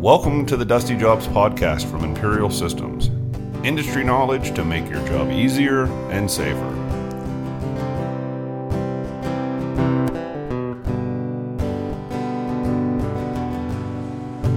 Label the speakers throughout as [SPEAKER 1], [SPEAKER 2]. [SPEAKER 1] Welcome to the Dusty Jobs Podcast from Imperial Systems. Industry knowledge to make your job easier and safer.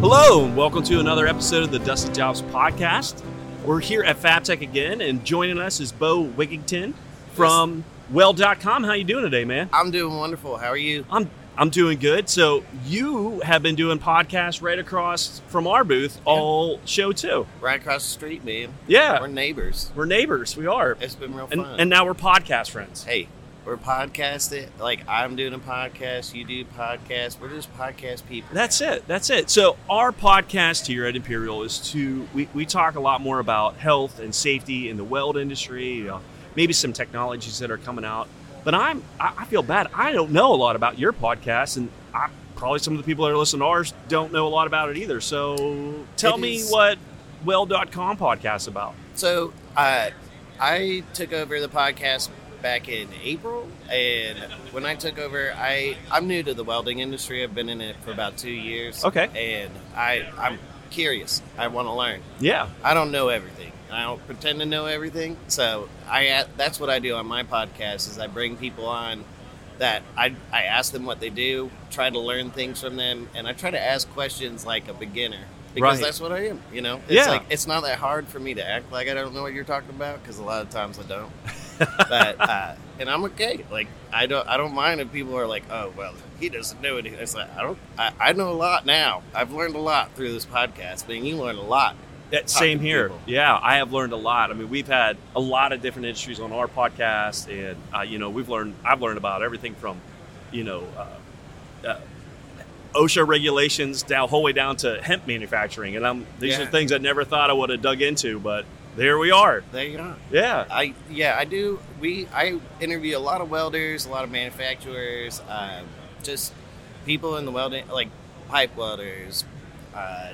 [SPEAKER 2] Hello, and welcome to another episode of the Dusty Jobs Podcast. We're here at FabTech again, and joining us is Bo Wigington from Well.com. How you doing today, man?
[SPEAKER 3] I'm doing wonderful. How are you?
[SPEAKER 2] I'm I'm doing good. So you have been doing podcasts right across from our booth all show too.
[SPEAKER 3] Right across the street, man.
[SPEAKER 2] Yeah,
[SPEAKER 3] We're
[SPEAKER 2] we're,
[SPEAKER 3] neighbors.
[SPEAKER 2] neighbors. We are,
[SPEAKER 3] It's been real
[SPEAKER 2] and,
[SPEAKER 3] fun.
[SPEAKER 2] and now we're podcast friends.
[SPEAKER 3] hey, we're podcasting. Like I'm doing a podcast, you do podcasts. We're just podcast people.
[SPEAKER 2] That's it. That's it. So our podcast here at Imperial is to we, we talk a lot more about health and safety in the weld industry, you know, maybe some technologies that are coming out. But I'm I, I feel bad. I don't know a lot about your podcast, and I, probably some of the people that are listening to ours don't know a lot about it either. So tell
[SPEAKER 3] It
[SPEAKER 2] me
[SPEAKER 3] is-
[SPEAKER 2] what Weld.com podcast about.
[SPEAKER 3] So uh, I took over the podcast back in April, and when I took over, I I'm new to the welding industry. I've been in it for about two years.
[SPEAKER 2] Okay.
[SPEAKER 3] And I I'm curious. I want to learn.
[SPEAKER 2] Yeah.
[SPEAKER 3] I don't know everything. and I don't pretend to know everything. So I uh, that's what I do on my podcast is I bring people on that I, I ask them what they do, try to learn things from them, and I try to ask questions like a beginner because
[SPEAKER 2] Right.
[SPEAKER 3] that's what I am. You know, it's
[SPEAKER 2] Yeah.
[SPEAKER 3] like it's not that hard for me to act like I don't know what you're talking about because a lot of times I don't. but uh, and I'm okay. Like I don't I don't mind if people are like, oh well, he doesn't know it. It's like I don't I, I know a lot now. I've learned a lot through this podcast, but you learn a lot
[SPEAKER 2] That
[SPEAKER 3] talk
[SPEAKER 2] same
[SPEAKER 3] to
[SPEAKER 2] here.
[SPEAKER 3] people.
[SPEAKER 2] Yeah, I have learned a lot. I mean, we've had a lot of different industries on our podcast, and uh, you know, we've learned. I've learned about everything from, you know, uh, uh, OSHA regulations down whole way down to hemp manufacturing, and I'm these are
[SPEAKER 3] Yeah.
[SPEAKER 2] things I never thought I would have dug into, but there we are.
[SPEAKER 3] There you are.
[SPEAKER 2] Yeah,
[SPEAKER 3] I yeah, I do. We I interview a lot of welders, a lot of manufacturers, um, just people in the welding, like pipe welders, uh,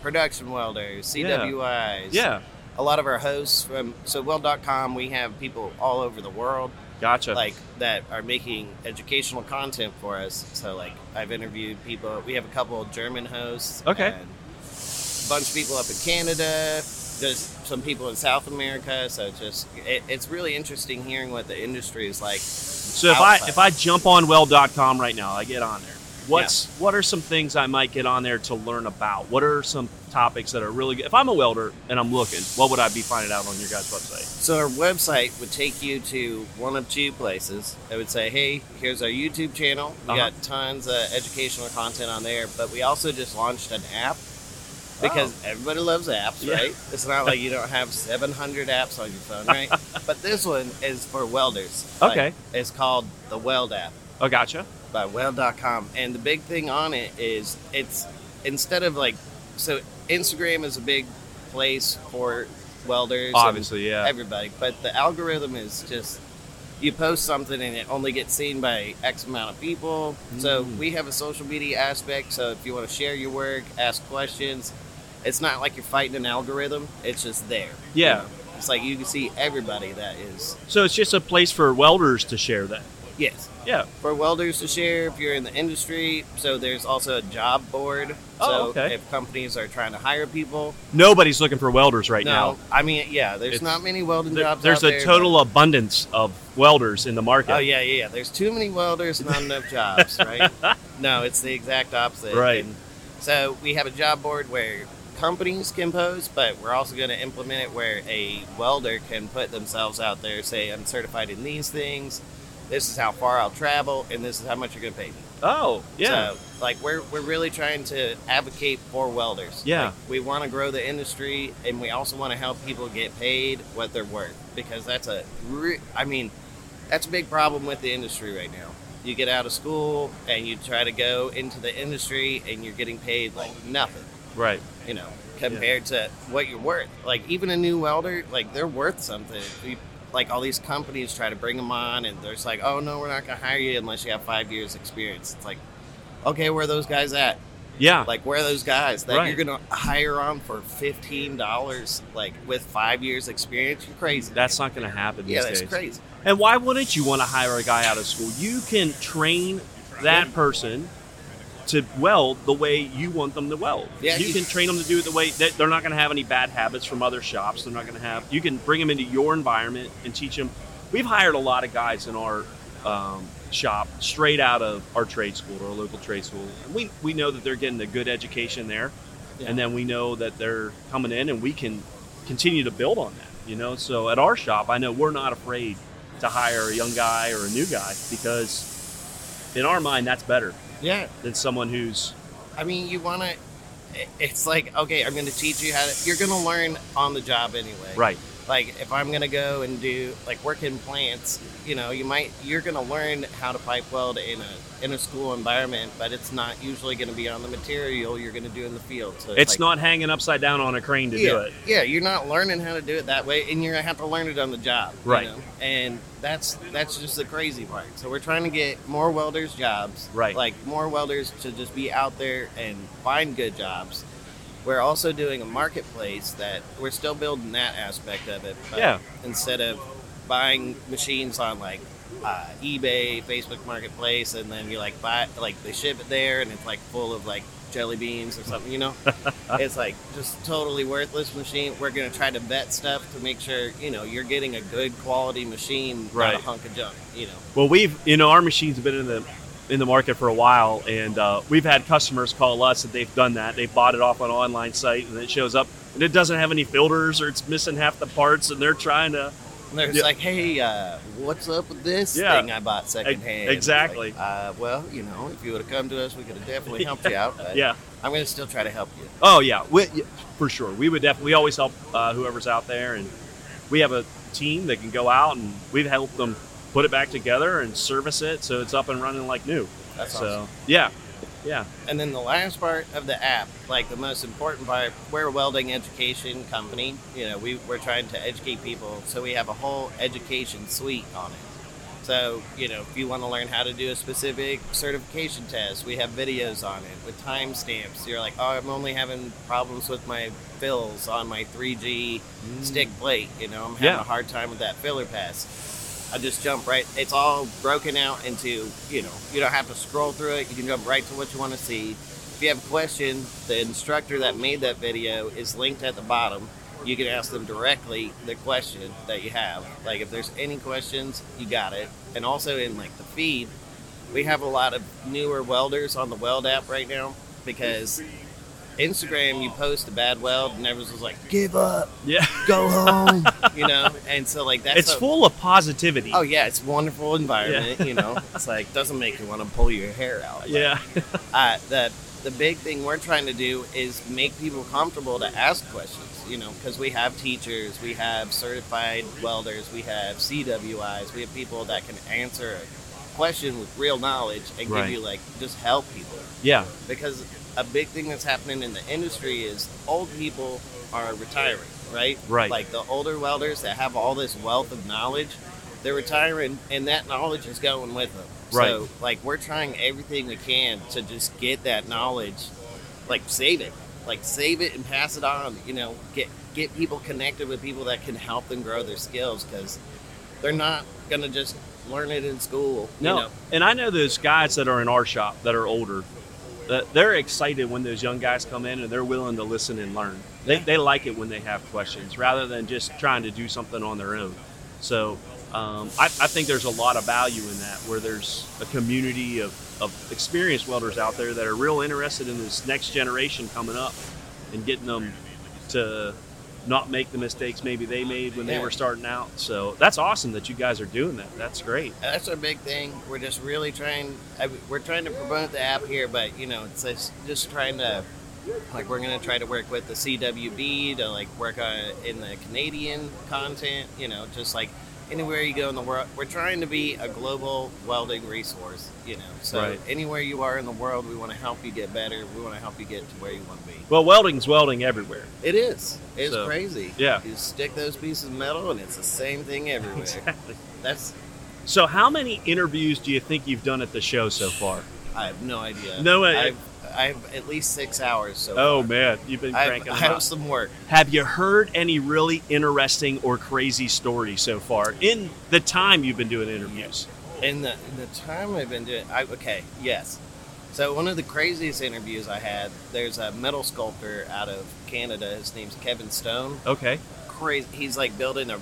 [SPEAKER 3] production welders,
[SPEAKER 2] Yeah.
[SPEAKER 3] CWIs.
[SPEAKER 2] yeah,
[SPEAKER 3] A lot of our hosts from so weld.com, we have people all over the world
[SPEAKER 2] gotcha.
[SPEAKER 3] like that are making educational content for us. So like I've interviewed people. We have a couple of German hosts.
[SPEAKER 2] Okay.
[SPEAKER 3] and a bunch of people up in Canada. There's some people in South America. So it's just it, it's really interesting hearing what the industry is like.
[SPEAKER 2] So if I
[SPEAKER 3] outside.
[SPEAKER 2] if I jump on well.com right now, I get on there. What's what are some things I might get on there to learn about? What are some topics that are really good? If I'm a welder and I'm looking, what would I be finding out on your guys' website?
[SPEAKER 3] So our website would take you to one of two places. It would say, "Hey, here's our YouTube channel. We
[SPEAKER 2] Uh-huh.
[SPEAKER 3] got tons of educational content on there." But we also just launched an app because everybody loves apps,
[SPEAKER 2] Oh. Yeah.
[SPEAKER 3] right? It's not like you don't have 700 apps on your phone, right? but this one is for welders. Like,
[SPEAKER 2] Okay.
[SPEAKER 3] it's called the Weld app
[SPEAKER 2] Oh, gotcha.
[SPEAKER 3] by weld.com and the big thing on it is it's instead of like so Instagram is a big place for welders and
[SPEAKER 2] Obviously, yeah.
[SPEAKER 3] everybody but the algorithm is just you post something and it only gets seen by x amount of people so
[SPEAKER 2] Mm.
[SPEAKER 3] we have a social media aspect so if you want to share your work ask questions it's not like you're fighting an algorithm it's just there
[SPEAKER 2] Yeah.
[SPEAKER 3] it's like you can see everybody that is
[SPEAKER 2] So it's just a place for welders to share that.
[SPEAKER 3] yes
[SPEAKER 2] Yeah.
[SPEAKER 3] for welders to share if you're in the industry. So there's also a job board.
[SPEAKER 2] Oh,
[SPEAKER 3] so
[SPEAKER 2] okay.
[SPEAKER 3] if companies are trying to hire people,
[SPEAKER 2] Nobody's looking for welders right
[SPEAKER 3] no, I mean, yeah, there's
[SPEAKER 2] It's-
[SPEAKER 3] not many welding
[SPEAKER 2] now. There-
[SPEAKER 3] jobs.
[SPEAKER 2] there's
[SPEAKER 3] out
[SPEAKER 2] a
[SPEAKER 3] there,
[SPEAKER 2] total abundance of welders in the market.
[SPEAKER 3] but- oh yeah, yeah, yeah. There's too many welders, not enough jobs, right? No, it's the exact opposite.
[SPEAKER 2] Right.
[SPEAKER 3] And so we have a job board where companies can post, but we're also going to implement it where a welder can put themselves out there, say, I'm certified in these things. This is how far I'll travel, and this is how much you're going to pay me.
[SPEAKER 2] Oh, yeah.
[SPEAKER 3] So, like we're we're really trying to advocate for welders.
[SPEAKER 2] Yeah.
[SPEAKER 3] Like, we want to grow the industry, and we also want to help people get paid what they're worth because that's a, re- I mean, that's a big problem with the industry right now. You get out of school and you try to go into the industry, and you're getting paid like nothing.
[SPEAKER 2] right.
[SPEAKER 3] You know, compared to what you're worth. Like even a new welder, like they're worth something. You, like all these companies try to bring them on, and they're just like, "Oh no, we're not gonna hire you unless you have five years experience." It's like, okay, where are those guys at?
[SPEAKER 2] Yeah.
[SPEAKER 3] Like, where are those guys that
[SPEAKER 2] Right.
[SPEAKER 3] you're gonna hire on for fifteen dollars? Like with five years experience, you're crazy.
[SPEAKER 2] that's not going to happen
[SPEAKER 3] yeah,
[SPEAKER 2] these
[SPEAKER 3] that's
[SPEAKER 2] days.
[SPEAKER 3] crazy.
[SPEAKER 2] And why wouldn't you want to hire a guy out of school? You can train that person to weld the way you want them to weld.
[SPEAKER 3] Yeah,
[SPEAKER 2] you
[SPEAKER 3] you-
[SPEAKER 2] can train them to do it the way that they're not going to have any bad habits from other shops. They're not going to have. You can bring them into your environment and teach them. We've hired a lot of guys in our um, shop straight out of our trade school or our local trade school, and we we know that they're getting a good education there,
[SPEAKER 3] Yeah.
[SPEAKER 2] and then we know that they're coming in, and we can continue to build on that. You know, so at our shop, I know we're not afraid to hire a young guy or a new guy because. In our mind, that's better
[SPEAKER 3] Yeah,
[SPEAKER 2] than someone who's
[SPEAKER 3] I mean, you want to. It's like okay, I'm going to teach you how to. You're going to learn on the job anyway.
[SPEAKER 2] right.
[SPEAKER 3] Like if I'm going to go and do like work in plants, you know, you might you're going to learn how to pipe weld in a in a school environment, but it's not usually going to be on the material you're going to do in the field. So
[SPEAKER 2] It's
[SPEAKER 3] like-
[SPEAKER 2] not hanging upside down on a crane to
[SPEAKER 3] yeah,
[SPEAKER 2] do it.
[SPEAKER 3] Yeah, you're not learning how to do it that way, and you're gonna have to learn it on the job, you
[SPEAKER 2] Right.
[SPEAKER 3] know? And that's that's just the crazy part. So we're trying to get more welders jobs,
[SPEAKER 2] Right.
[SPEAKER 3] Like more welders to just be out there and find good jobs. We're also doing a marketplace that we're still building that aspect of it. But
[SPEAKER 2] Yeah.
[SPEAKER 3] Instead of buying machines on like uh, eBay, Facebook Marketplace, and then you like buy like they ship it there, and it's like full of like jelly beans or something, you know. it's like just totally worthless machine. We're gonna try to vet stuff to make sure you know you're getting a good quality machine,
[SPEAKER 2] Right.
[SPEAKER 3] not a hunk of junk, you know.
[SPEAKER 2] Well, we've you know our machines have been in the in the market for a while, and uh, we've had customers call us that they've done that. They bought it off an online site, and it shows up, and it doesn't have any filters, or it's missing half the parts, and they're trying to.
[SPEAKER 3] And they're
[SPEAKER 2] Yeah.
[SPEAKER 3] just like, hey, uh, what's up with this
[SPEAKER 2] Yeah.
[SPEAKER 3] thing I bought secondhand?
[SPEAKER 2] exactly.
[SPEAKER 3] It's like, uh, well, you know, if you would have come to us, we could have definitely helped you out. But
[SPEAKER 2] Yeah.
[SPEAKER 3] I'm gonna still try to help you.
[SPEAKER 2] Oh yeah, we, yeah, for sure. We would definitely. We always help uh, whoever's out there, and we have a team that can go out and we've helped them put it back together and service it so it's up and running like new.
[SPEAKER 3] That's
[SPEAKER 2] so
[SPEAKER 3] awesome.
[SPEAKER 2] yeah, yeah,
[SPEAKER 3] And then the last part of the app, like the most important part, we're a welding education company. You know, we, we're trying to educate people. So we have a whole education suite on it. So, you know, if you want to learn how to do a specific certification test, we have videos on it with timestamps. You're like, oh, I'm only having problems with my fills on my 3G stick plate. You know, I'm having
[SPEAKER 2] Yeah.
[SPEAKER 3] a hard time with that filler pass. I just jump right. It's all broken out into, you know, you don't have to scroll through it. You can jump right to what you want to see. If you have a question, the instructor that made that video is linked at the bottom. You can ask them directly the question that you have. Like if there's any questions, you got it. And also in like the feed, we have a lot of newer welders on the Weld app right now because Instagram, you post a bad weld and everyone's just like, give up,
[SPEAKER 2] yeah.
[SPEAKER 3] go home, you know? And so like that's
[SPEAKER 2] it's
[SPEAKER 3] a-
[SPEAKER 2] full of positivity.
[SPEAKER 3] Oh yeah, it's a wonderful environment. You know, it's like doesn't make you want to pull your hair out. But,
[SPEAKER 2] yeah.
[SPEAKER 3] Uh, the the big thing we're trying to do is make people comfortable to ask questions. You know, because we have teachers, we have certified welders, we have CWIs, we have people that can answer a question with real knowledge and
[SPEAKER 2] Right.
[SPEAKER 3] give you like just help people
[SPEAKER 2] Yeah,
[SPEAKER 3] because a big thing that's happening in the industry is old people are retiring, right?
[SPEAKER 2] Right.
[SPEAKER 3] Like the older welders that have all this wealth of knowledge, they're retiring and that knowledge is going with them.
[SPEAKER 2] Right.
[SPEAKER 3] So, like, we're trying everything we can to just get that knowledge, like, save it. Like, save it and pass it on, you know, get, get people connected with people that can help them grow their skills because they're not going to just learn it in school.
[SPEAKER 2] no,
[SPEAKER 3] You know?
[SPEAKER 2] and I know those guys that are in our shop that are older. That they're excited when those young guys come in and they're willing to listen and learn. They, they like it when they have questions rather than just trying to do something on their own. So um, I, I think there's a lot of value in that where there's a community of, of experienced welders out there that are real interested in this next generation coming up and getting them to not make the mistakes maybe they made when they
[SPEAKER 3] Yeah.
[SPEAKER 2] were starting out. So that's awesome that you guys are doing that. That's great.
[SPEAKER 3] And That's our big thing. We're just really trying. I, we're trying to promote the app here, but you know, it's just, just trying to like we're gonna try to work with the CWB to like work on in the Canadian content. You know, just like anywhere you go in the world, we're trying to be a global welding resource. You know, so
[SPEAKER 2] Right.
[SPEAKER 3] anywhere you are in the world, we want to help you get better. We want to help you get to where you want to be.
[SPEAKER 2] Well, welding's welding everywhere.
[SPEAKER 3] It is. It's
[SPEAKER 2] So,
[SPEAKER 3] crazy.
[SPEAKER 2] yeah.
[SPEAKER 3] you stick those pieces of metal, and it's the same thing everywhere. That's.
[SPEAKER 2] So, how many interviews do you think you've done at the show so far?
[SPEAKER 3] I have no idea.
[SPEAKER 2] No way.
[SPEAKER 3] I've, I have at least six hours. So
[SPEAKER 2] Oh man, you've been
[SPEAKER 3] I have,
[SPEAKER 2] cranking
[SPEAKER 3] I
[SPEAKER 2] them
[SPEAKER 3] have
[SPEAKER 2] out.
[SPEAKER 3] some work.
[SPEAKER 2] Have you heard any really interesting or crazy stories so far in the time you've been doing interviews?
[SPEAKER 3] In the in the time I've been doing, I okay, yes. So one of the craziest interviews I had, there's a metal sculptor out of Canada. His name's Kevin Stone.
[SPEAKER 2] Okay.
[SPEAKER 3] Crazy. He's like building a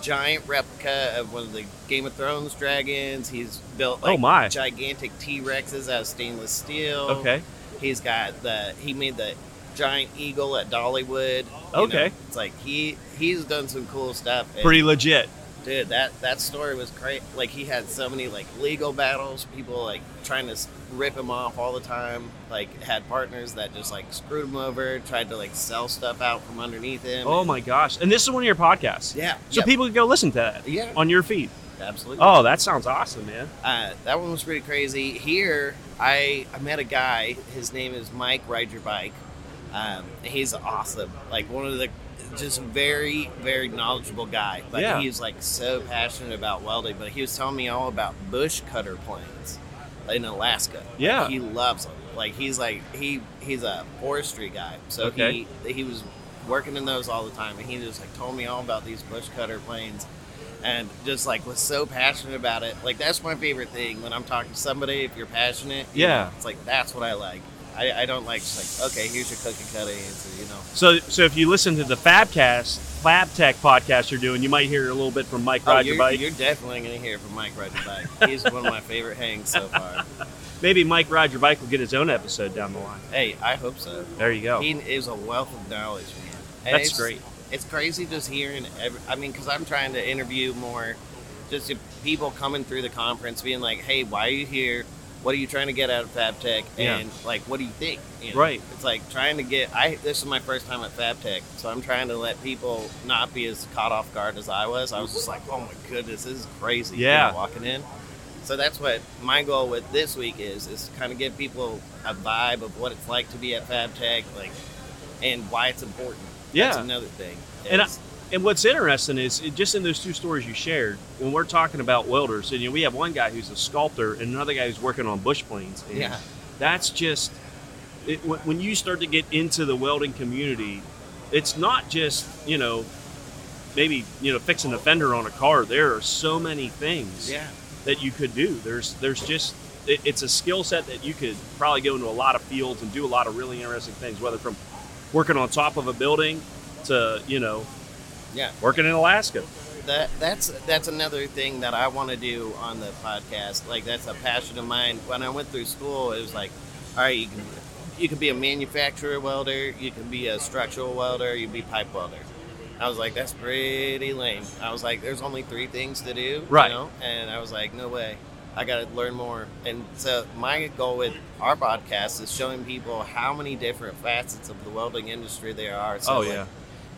[SPEAKER 3] giant replica of one of the Game of Thrones dragons. He's built
[SPEAKER 2] Oh,
[SPEAKER 3] like
[SPEAKER 2] my.
[SPEAKER 3] gigantic T Rexes out of stainless steel.
[SPEAKER 2] Okay.
[SPEAKER 3] He's got the he made the giant eagle at Dollywood. You
[SPEAKER 2] Okay.
[SPEAKER 3] know, it's like he he's done some cool stuff. and-
[SPEAKER 2] Pretty legit.
[SPEAKER 3] dude that that story was great like he had so many like legal battles people like trying to s- rip him off all the time like had partners that just like screwed him over tried to like sell stuff out from underneath him
[SPEAKER 2] Oh my gosh. And this is one of your podcasts.
[SPEAKER 3] yeah
[SPEAKER 2] So
[SPEAKER 3] yeah,
[SPEAKER 2] people can go listen to that
[SPEAKER 3] yeah
[SPEAKER 2] on your feed.
[SPEAKER 3] absolutely
[SPEAKER 2] Oh, that sounds awesome, man.
[SPEAKER 3] uh, that one was pretty crazy here i i met a guy his name is mike ride your bike um, he's awesome like one of the just very very knowledgeable guy like
[SPEAKER 2] Yeah.
[SPEAKER 3] he's like so passionate about welding but he was telling me all about bush cutter planes in alaska
[SPEAKER 2] Yeah.
[SPEAKER 3] he loves them like he's like he he's a forestry guy so
[SPEAKER 2] Okay.
[SPEAKER 3] he he was working in those all the time and he just like told me all about these bush cutter planes and just like was so passionate about it like that's my favorite thing when i'm talking to somebody if you're passionate you
[SPEAKER 2] Yeah.
[SPEAKER 3] know, it's like that's what i like I, I don't like just like okay here's your cookie cutter answer you know
[SPEAKER 2] So, so if you listen to the Fabcast, Fab Tech podcast you're doing, you might hear a little bit from Mike
[SPEAKER 3] Oh,
[SPEAKER 2] Ride
[SPEAKER 3] you're,
[SPEAKER 2] Your Bike.
[SPEAKER 3] you're definitely gonna hear from Mike Ride Your Bike. He's one of my favorite hangs so far.
[SPEAKER 2] Maybe Mike Ride Your Bike will get his own episode down the line.
[SPEAKER 3] Hey, I hope so.
[SPEAKER 2] There you go.
[SPEAKER 3] He is a wealth of knowledge, man. And
[SPEAKER 2] That's
[SPEAKER 3] it's-
[SPEAKER 2] great.
[SPEAKER 3] It's crazy just hearing. Every, I mean, because I'm trying to interview more, just if people coming through the conference, being like, "Hey, why are you here? What are you trying to get out of FabTech?
[SPEAKER 2] Yeah.
[SPEAKER 3] And like, what do you think?" You
[SPEAKER 2] Right.
[SPEAKER 3] It's like trying to get. I this is my first time at FabTech, so I'm trying to let people not be as caught off guard as I was. I was just like, "Oh my goodness, this is crazy!" you
[SPEAKER 2] Yeah.
[SPEAKER 3] know, walking in. So that's what my goal with this week is: is kind of give people a vibe of what it's like to be at FabTech, like, and why it's important. that's
[SPEAKER 2] Yeah.
[SPEAKER 3] another thing.
[SPEAKER 2] And I-
[SPEAKER 3] It's-
[SPEAKER 2] And what's interesting is it, just in those two stories you shared, when we're talking about welders, and you know, we have one guy who's a sculptor and another guy who's working on bush planes. And
[SPEAKER 3] Yeah.
[SPEAKER 2] That's just, it, when when you start to get into the welding community, it's not just, you know, maybe, you know, fixing a fender on a car. There are so many things
[SPEAKER 3] yeah,
[SPEAKER 2] that you could do. There's, there's just, it, it's a skill set that you could probably go into a lot of fields and do a lot of really interesting things, whether from working on top of a building to, you know,
[SPEAKER 3] yeah.
[SPEAKER 2] working in Alaska.
[SPEAKER 3] That that's that's another thing that I want to do on the podcast. Like that's a passion of mine. When I went through school, it was like, all right, you can you can be a manufacturer welder, you can be a structural welder, you can be pipe welder. I was like, that's pretty lame. I was like, there's only three things to do,
[SPEAKER 2] Right.
[SPEAKER 3] You know? And I was like, no way. I got to learn more. And so my goal with our podcast is showing people how many different facets of the welding industry there are. So
[SPEAKER 2] Oh,
[SPEAKER 3] like,
[SPEAKER 2] yeah.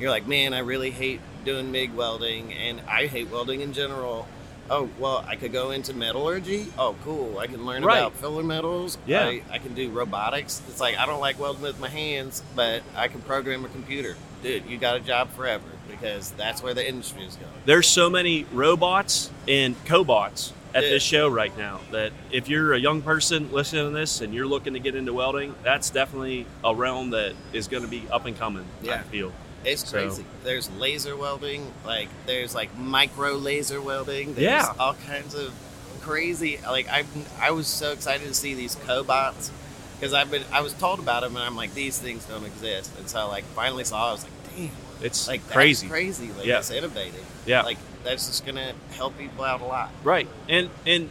[SPEAKER 3] you're like, man, I really hate doing MIG welding and I hate welding in general. Oh, well, I could go into metallurgy. Oh, cool. I can learn
[SPEAKER 2] Right.
[SPEAKER 3] about filler metals.
[SPEAKER 2] Yeah.
[SPEAKER 3] I, I can do robotics. It's like, I don't like welding with my hands, but I can program a computer. Dude, you got a job forever because that's where the industry is going.
[SPEAKER 2] There's so many robots and cobots at
[SPEAKER 3] Yeah.
[SPEAKER 2] this show right now that if you're a young person listening to this and you're looking to get into welding, that's definitely a realm that is going to be up and coming. I
[SPEAKER 3] Yeah.
[SPEAKER 2] feel.
[SPEAKER 3] It's
[SPEAKER 2] So-
[SPEAKER 3] crazy. There's laser welding, like there's like micro laser welding. There's
[SPEAKER 2] Yeah.
[SPEAKER 3] all kinds of crazy. Like I, I was so excited to see these cobots because I've been, I was told about them, and I'm like, these things don't exist. And so like finally saw, I was like, damn,
[SPEAKER 2] It's
[SPEAKER 3] like
[SPEAKER 2] like
[SPEAKER 3] that's
[SPEAKER 2] crazy.
[SPEAKER 3] crazy, like
[SPEAKER 2] Yeah.
[SPEAKER 3] that's innovative.
[SPEAKER 2] Yeah.
[SPEAKER 3] like that's just gonna help people out a lot.
[SPEAKER 2] right. And and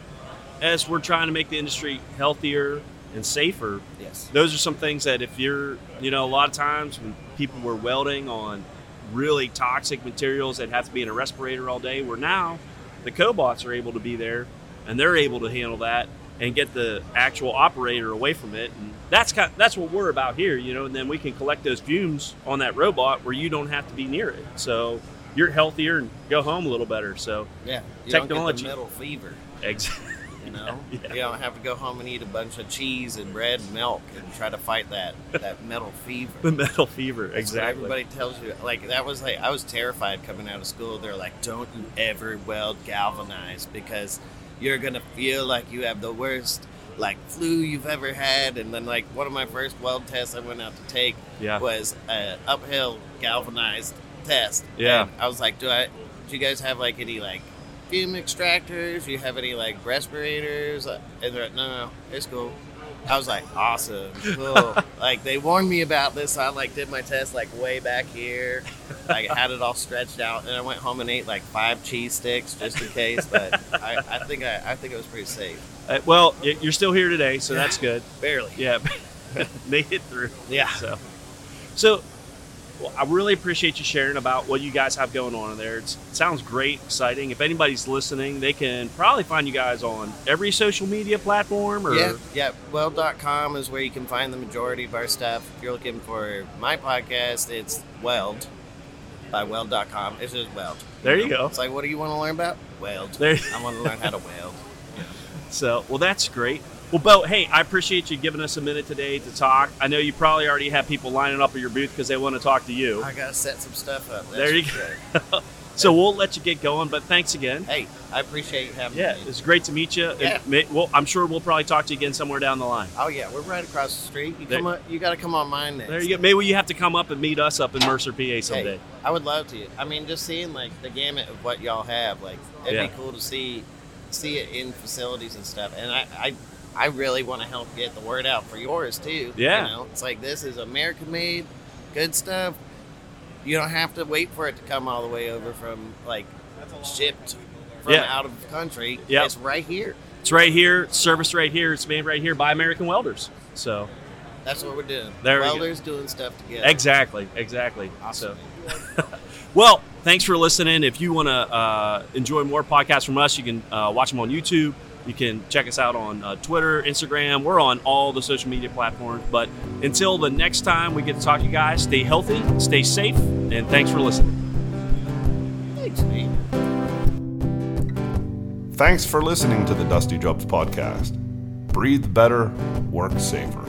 [SPEAKER 2] as we're trying to make the industry healthier and safer,
[SPEAKER 3] Yes.
[SPEAKER 2] those are some things that if you're you know a lot of times when people were welding on really toxic materials that have to be in a respirator all day where now the cobots are able to be there and they're able to handle that and get the actual operator away from it and that's kind that's what we're about here you know and then we can collect those fumes on that robot where you don't have to be near it so you're healthier and go home a little better so
[SPEAKER 3] Yeah. You
[SPEAKER 2] Technology.
[SPEAKER 3] Don't get the metal fever.
[SPEAKER 2] ex-
[SPEAKER 3] You know,
[SPEAKER 2] Yeah.
[SPEAKER 3] you don't have to go home and eat a bunch of cheese and bread and milk and try to fight that that metal fever.
[SPEAKER 2] the metal fever
[SPEAKER 3] That's what
[SPEAKER 2] exactly
[SPEAKER 3] Everybody tells you like that was like I was terrified coming out of school. They're like, "Don't you ever weld galvanized because you're gonna feel like you have the worst like flu you've ever had." And then like one of my first weld tests I went out to take
[SPEAKER 2] yeah
[SPEAKER 3] was an uphill galvanized test.
[SPEAKER 2] Yeah.
[SPEAKER 3] And I was like, "Do I? Do you guys have like any like Uh, fume extractors? Do you have any like respirators?" And they're like, "No, no, it's cool." I was like, awesome, cool. like they warned me about this. So I like did my test like way back here. Like had it all stretched out, and I went home and ate like five cheese sticks just in case. But I, I think I, I think it was pretty safe.
[SPEAKER 2] Uh, well, y- you're still here today, so that's good.
[SPEAKER 3] Barely.
[SPEAKER 2] Yeah, they hit through.
[SPEAKER 3] Yeah.
[SPEAKER 2] So, so well, I really appreciate you sharing about what you guys have going on in there. It's, it sounds great, exciting. If anybody's listening, they can probably find you guys on every social media platform. Or
[SPEAKER 3] Yeah, yeah. Weld.com is where you can find the majority of our stuff. If you're looking for my podcast, it's Weld by Weld.com. It's just Weld.
[SPEAKER 2] There you go.
[SPEAKER 3] It's like, what do you want to learn about? Weld.
[SPEAKER 2] There-
[SPEAKER 3] I want to learn how to weld.
[SPEAKER 2] So, well, that's great. Well, Bo, hey, I appreciate you giving us a minute today to talk. I know you probably already have people lining up at your booth because they want to talk to you.
[SPEAKER 3] I got to set some stuff up. That's
[SPEAKER 2] There you
[SPEAKER 3] for
[SPEAKER 2] go.
[SPEAKER 3] sure.
[SPEAKER 2] So we'll let you get going, but thanks again.
[SPEAKER 3] Hey, I appreciate you having
[SPEAKER 2] Yeah,
[SPEAKER 3] me.
[SPEAKER 2] it's great to meet you.
[SPEAKER 3] Yeah.
[SPEAKER 2] And may- well, I'm sure we'll probably talk to you again somewhere down the line.
[SPEAKER 3] Oh yeah, we're right across the street. You
[SPEAKER 2] There-
[SPEAKER 3] come up, you got to come on mine next.
[SPEAKER 2] There you go. Maybe you have to come up and meet us up in Mercer, PA someday.
[SPEAKER 3] Hey, I would love to. I mean, just seeing like the gamut of what y'all have, like it'd
[SPEAKER 2] Yeah.
[SPEAKER 3] be cool to see see it in facilities and stuff. And I I, I really want to help get the word out for yours too.
[SPEAKER 2] Yeah.
[SPEAKER 3] you know, it's like this is American made, good stuff. You don't have to wait for it to come all the way over from like shipped from
[SPEAKER 2] Yeah.
[SPEAKER 3] out of the country.
[SPEAKER 2] Yep.
[SPEAKER 3] it's right here.
[SPEAKER 2] It's right here, service right here. It's made right here by American welders. So
[SPEAKER 3] That's what we're doing.
[SPEAKER 2] There we go.
[SPEAKER 3] Welders doing stuff together.
[SPEAKER 2] exactly, exactly.
[SPEAKER 3] Awesome.
[SPEAKER 2] So- Well, thanks for listening. If you want to uh, enjoy more podcasts from us, you can uh, watch them on YouTube. You can check us out on uh, Twitter, Instagram. We're on all the social media platforms. But until the next time we get to talk to you guys, stay healthy, stay safe, and thanks for listening.
[SPEAKER 3] Thanks, man.
[SPEAKER 1] Thanks for listening to the Dusty Jobs Podcast. Breathe better, work safer.